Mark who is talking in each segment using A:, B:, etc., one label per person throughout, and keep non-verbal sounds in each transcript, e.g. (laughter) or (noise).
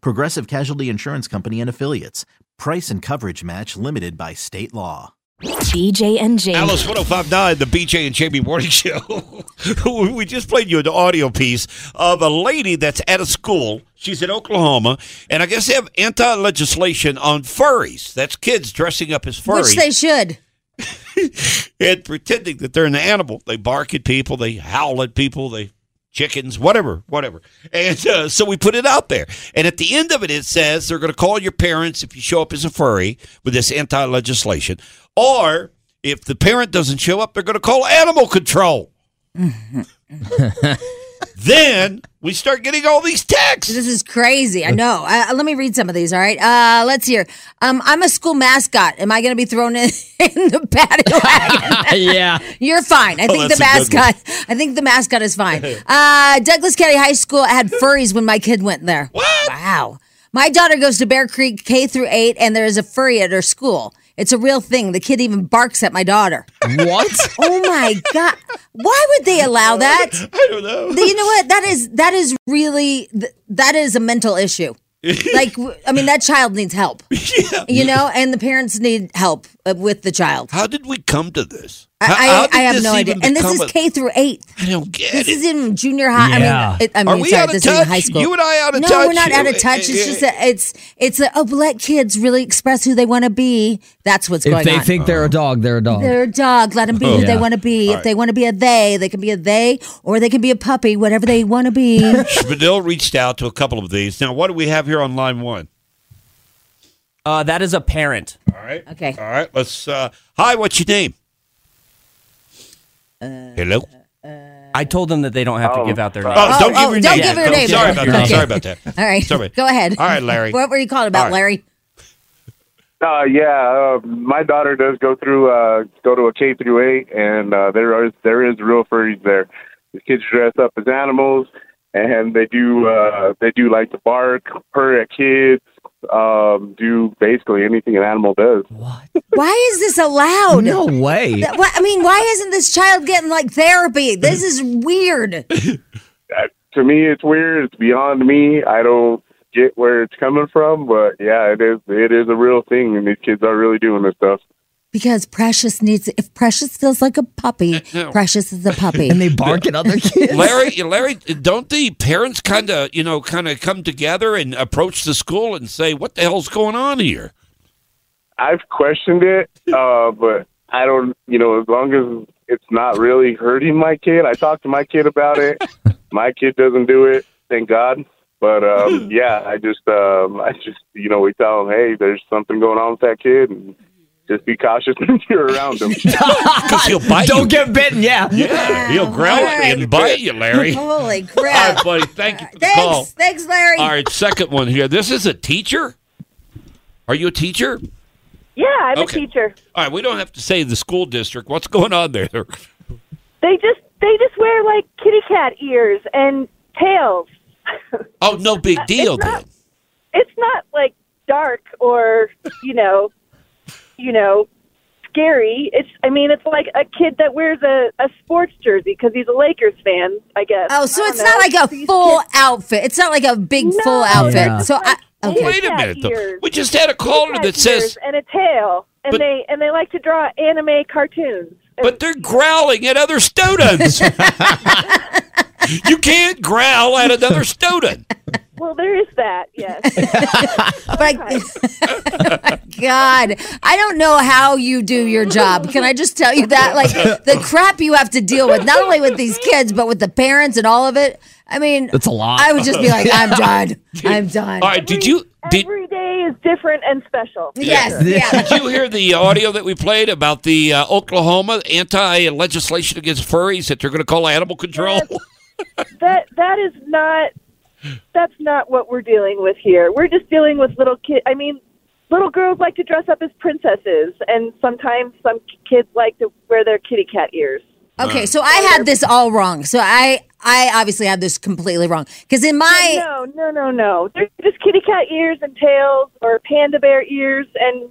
A: Progressive Casualty Insurance Company and Affiliates. Price and coverage match limited by state law.
B: BJ and Jamie.
C: Alice 1059, the BJ and Jamie Morning (laughs) Show. we just played you an audio piece of a lady that's at a school. She's in Oklahoma, and I guess they have anti legislation on furries. That's kids dressing up as
D: Which
C: furries
D: they should.
C: and pretending that they're an animal. They bark at people, they howl at people, they chickens, whatever, whatever. And uh, so we put it out there. And at the end of it, it says they're going to call your parents if you show up as a furry with this anti legislation, or if the parent doesn't show up, they're going to call
D: (laughs)
C: animal control. then we start getting all these texts.
D: This is crazy. I know. Uh, let me read some of these. All right. Uh, let's hear. Um, I'm a school mascot. Am I going to be thrown in, (laughs) in the
C: (laughs)
D: paddy wagon?
E: yeah.
D: You're fine. I think the
C: Oh, that's a good one.
D: mascot. I think the mascot is
C: (laughs)
D: fine. Uh, Douglas County High School had furries when my kid went there.
C: What?
D: Wow. My daughter goes to Bear Creek K through eight, and there is a furry at her school. It's a real thing. The kid even barks at my daughter.
E: What?
D: Oh my god! Why would they allow that?
C: I don't know.
D: you know what that is that is really th- that is a mental
C: (laughs)
D: issue like w- i mean that child needs help you know and the parents need help uh, with the child
C: How did we come to this?
D: I-
C: How- how
D: i,
C: did
D: I have
C: this
D: no idea
C: even
D: and this
C: become
D: is
C: a-
D: k through eight
C: I don't get
D: this
C: it.
D: is in junior high
E: Yeah.
D: i mean, it, I mean
C: Are we
D: sorry,
C: out of
D: this
C: touch?
D: is high school
C: You and I out of
D: no,
C: touch?
D: we're not out of touch it's just that it's it's a, oh let kids really express who they want to be that's what's
E: If
D: going
E: they
D: on
E: think they're a dog, they're a dog.
D: they're a dog. Let them be who they
E: Yeah.
D: want to be. If they want to be a they, they can be a they, or they can be a puppy, whatever they want to be.
C: (laughs) Spadil reached out to a couple of these. Now, what do we have here on line one?
F: Uh, that is a parent.
C: All right.
D: Okay.
C: All right. Let's. Uh, hi. What's your name?
D: Uh,
C: Hello.
F: I told them that they don't have to give out their name.
D: Oh,
C: don't give
D: oh,
C: your
D: don't
C: name.
D: give your
C: Oh,
D: name.
C: Sorry about that.
D: Okay.
C: Sorry about
D: (laughs)
C: that.
D: All right.
C: Sorry.
D: Go ahead.
C: All right,
D: (laughs)
C: Larry.
D: what were you calling about,
C: All
D: Larry?
C: right.
G: Uh, yeah, uh, my daughter does go through uh, go to a K through eight, and uh, there are there is real furries there. The kids dress up as animals, and they do uh, they do like to bark, purr at kids, um, do basically anything an animal does.
D: Why is this allowed?
E: no
D: (laughs)
E: way.
D: That- why- I mean, why isn't this child getting like therapy? This is weird.
G: Uh, To me, it's weird. It's beyond me. I don't get where it's coming from, but yeah, it is it is a real thing, and these kids are really doing this stuff.
D: Because Precious needs, if Precious feels like a
C: (laughs)
D: puppy, Precious is a puppy.
E: And they bark at other
D: (laughs)
E: kids.
C: Larry, Larry, don't the parents kind of, you know, kind of come together and approach the school and say, "What the hell's going
D: (laughs)
C: on here?"
G: I've questioned it, uh, but I don't, you know, as long as it's not really hurting my kid, I talk to my kid about it. my kid doesn't do it, thank God. But um, yeah, I just, um, I just, you know, we tell them, hey, there's something going on with that kid, and just be cautious (laughs) when you're around him.
C: Because he'll bite you.
E: Don't get bitten. Yeah.
C: Yeah, he'll growl
D: All right.
C: and bite you, Larry. (laughs) All
D: Holy
C: right,
D: crap.
C: buddy. Thank you for the
D: Thanks.
C: call.
D: Thanks, Larry.
C: All right, second one here. This is a teacher. Are you a teacher?
H: Yeah, I'm
C: Okay.
H: a teacher.
C: All right, we don't have to say the school district. What's going on there?
H: They just they just wear like kitty cat ears and tails.
C: Oh, no big deal then.
H: It's not like dark or you know, you know, scary. It's I mean it's like a kid that wears a, a sports jersey because he's a Lakers fan. I guess.
D: Oh, so
H: I don't
D: it's
H: know.
D: not like
H: These
D: a full
H: kids-
D: outfit. It's not like a big
H: No,
D: full outfit.
E: Yeah.
D: So I,
H: Oh,
D: okay.
C: Wait a
H: Cat
C: minute, though.
H: ears.
C: We just had a
H: kitty
C: caller
H: cat
C: that says,
H: ears and a tail, and
C: But-
H: they and they like to draw anime cartoons.
C: but they're growling at other
H: (laughs)
C: students. you can't growl at another student.
H: well, there is that. Yes.
D: But I, (laughs) God. I don't know how you do your job. Can I just tell you that? Like the crap you have to deal with, not only with these kids, but with the parents and all of it. I mean,
E: It's a lot.
D: I would just be like, I'm done. I'm done.
C: All right, did you (laughs)
H: (laughs)
C: did
H: Every day is different and special.
D: Yes. Yeah.
C: did you hear the audio that we played about the uh, Oklahoma anti legislation against furries that they're going to call animal control?
H: That that is not that's not what we're dealing with here. We're just dealing with little kid. I mean, little girls like to dress up as princesses, and sometimes some kids like to wear their kitty cat ears.
D: Okay, so I had this all wrong. So I I obviously had this completely wrong because in my
H: No, no, no, no. They're just kitty cat ears and tails, or panda bear ears and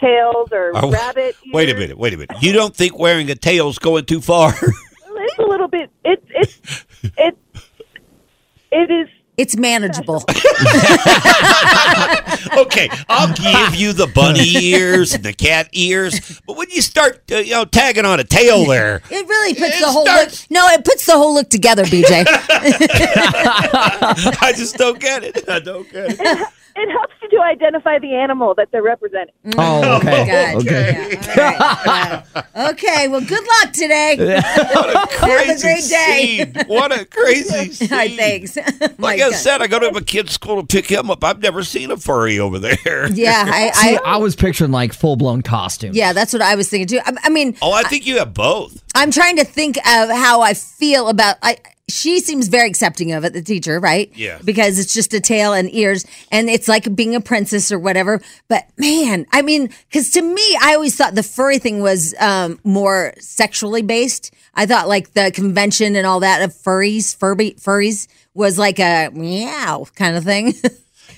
H: tails, or
C: Oh,
H: rabbit.
C: (laughs)
H: Ears.
C: Wait a minute, wait a minute. You don't think wearing a tail's going too far? (laughs)
H: It's a little bit. It it it it is.
D: it's manageable.
C: okay, I'll give you the bunny ears and the cat ears, but when you start uh, you know tagging on a tail there,
D: It really puts the whole look. No, it puts the whole look together, BJ.
C: I just don't get it. I don't get it.
H: It helps you to identify the animal that they're representing.
E: Oh, okay.
D: God.
E: Okay.
D: Yeah, all right. Uh, okay. Well, good luck today.
C: Crazy
D: Have a great day.
C: scene. What a crazy
D: (laughs)
C: scene.
D: All right. Thanks. (laughs) Oh My
C: Like I
D: God.
C: said, I go to my kid's school to pick him up. I've never seen a furry over there.
D: Yeah. I.
E: See,
D: I
E: I was picturing like full blown costume.
D: yeah, that's what I was thinking too. I, I mean,
C: Oh, I think you have both.
D: I'm trying to think of how I feel about I she seems very accepting of it, the teacher, right?
C: Yeah.
D: Because it's just a tail and ears and it's like being a princess or whatever. But man, I mean, cause to me, I always thought the furry thing was um more sexually based. I thought like the convention and all that of furries, furby furries was like a meow kind of thing. (laughs)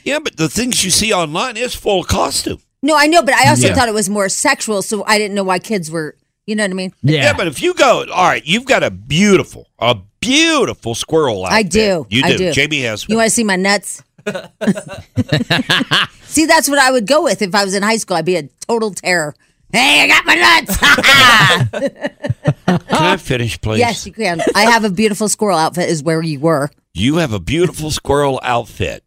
C: Yeah, but the things you see online is full costume.
D: no, I know, but I also thought it was more sexual, so I didn't know why kids were you know what I mean?
E: Yeah.
C: Yeah. but if you go, all right, you've got a beautiful, a beautiful squirrel out
D: I
C: there.
D: do.
C: You do.
D: I do.
C: Jamie has
D: You
C: one.
D: want to see my
C: (laughs)
D: nuts? see, that's what I would go with if I was in high school. I'd be a total terror. Hey, I got my nuts. (laughs)
C: Can I finish, please?
D: yes, you can. I have a beautiful squirrel outfit, is where you were.
C: You have a beautiful squirrel outfit.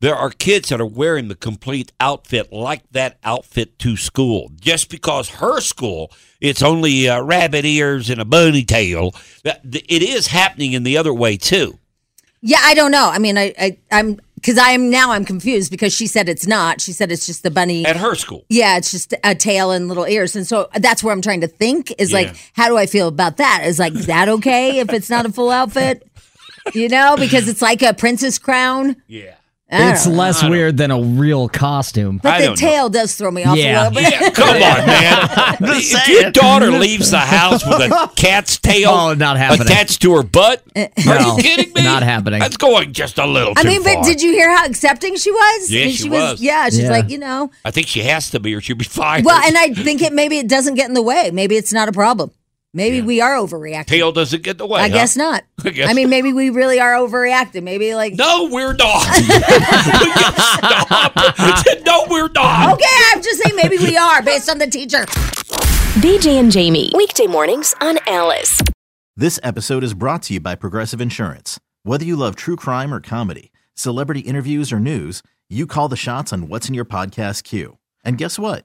C: There are kids that are wearing the complete outfit like that outfit to school. Just because her school, it's only uh, rabbit ears and a bunny tail. That- th- It is happening in the other way too.
D: Yeah, I don't know. I mean, I, I I'm because I am now I'm confused because she said it's not. She said it's just the bunny.
C: At her school,
D: Yeah, it's just a tail and little ears. And so that's where I'm trying to think is
C: Yeah.
D: like, how do I feel about that? Is like, is that okay if it's not a full outfit? You know, because it's like a princess crown.
C: yeah,
D: I
E: It's
D: don't know.
E: less weird than a real costume.
D: But
C: I
D: the
C: don't know.
D: tail does throw me off
E: Yeah.
D: a little bit.
C: Come on, man!
E: (laughs)
C: if your daughter leaves the house with a cat's tail
E: Oh, not happening.
C: attached to her butt, are
E: No,
C: you kidding me?
E: not happening.
C: That's going just a little.
D: Uh, I
C: too
D: mean, but
C: far.
D: did you hear how accepting she was?
C: Yeah,
D: I mean,
C: she was.
D: Yeah, she's
E: Yeah.
D: like, you know.
C: I think she has to be, or she'll be fired.
D: Well, and I think it maybe it doesn't get in the way. Maybe it's not a problem. Maybe we are overreacting.
C: tail doesn't get in the way.
D: I
C: huh?
D: guess not.
C: (laughs) I guess-
D: mean, maybe we really are overreacting. Maybe like,
C: No, we're not. (laughs) Will you
D: (laughs)
C: Stop. No, we're not.
D: okay, I'm just saying maybe we are based on the teacher.
B: BJ and Jamie. Weekday mornings on Alice.
A: This episode is brought to you by Progressive Insurance. Whether you love true crime or comedy, celebrity interviews or news, you call the shots on what's in your podcast queue. And guess what?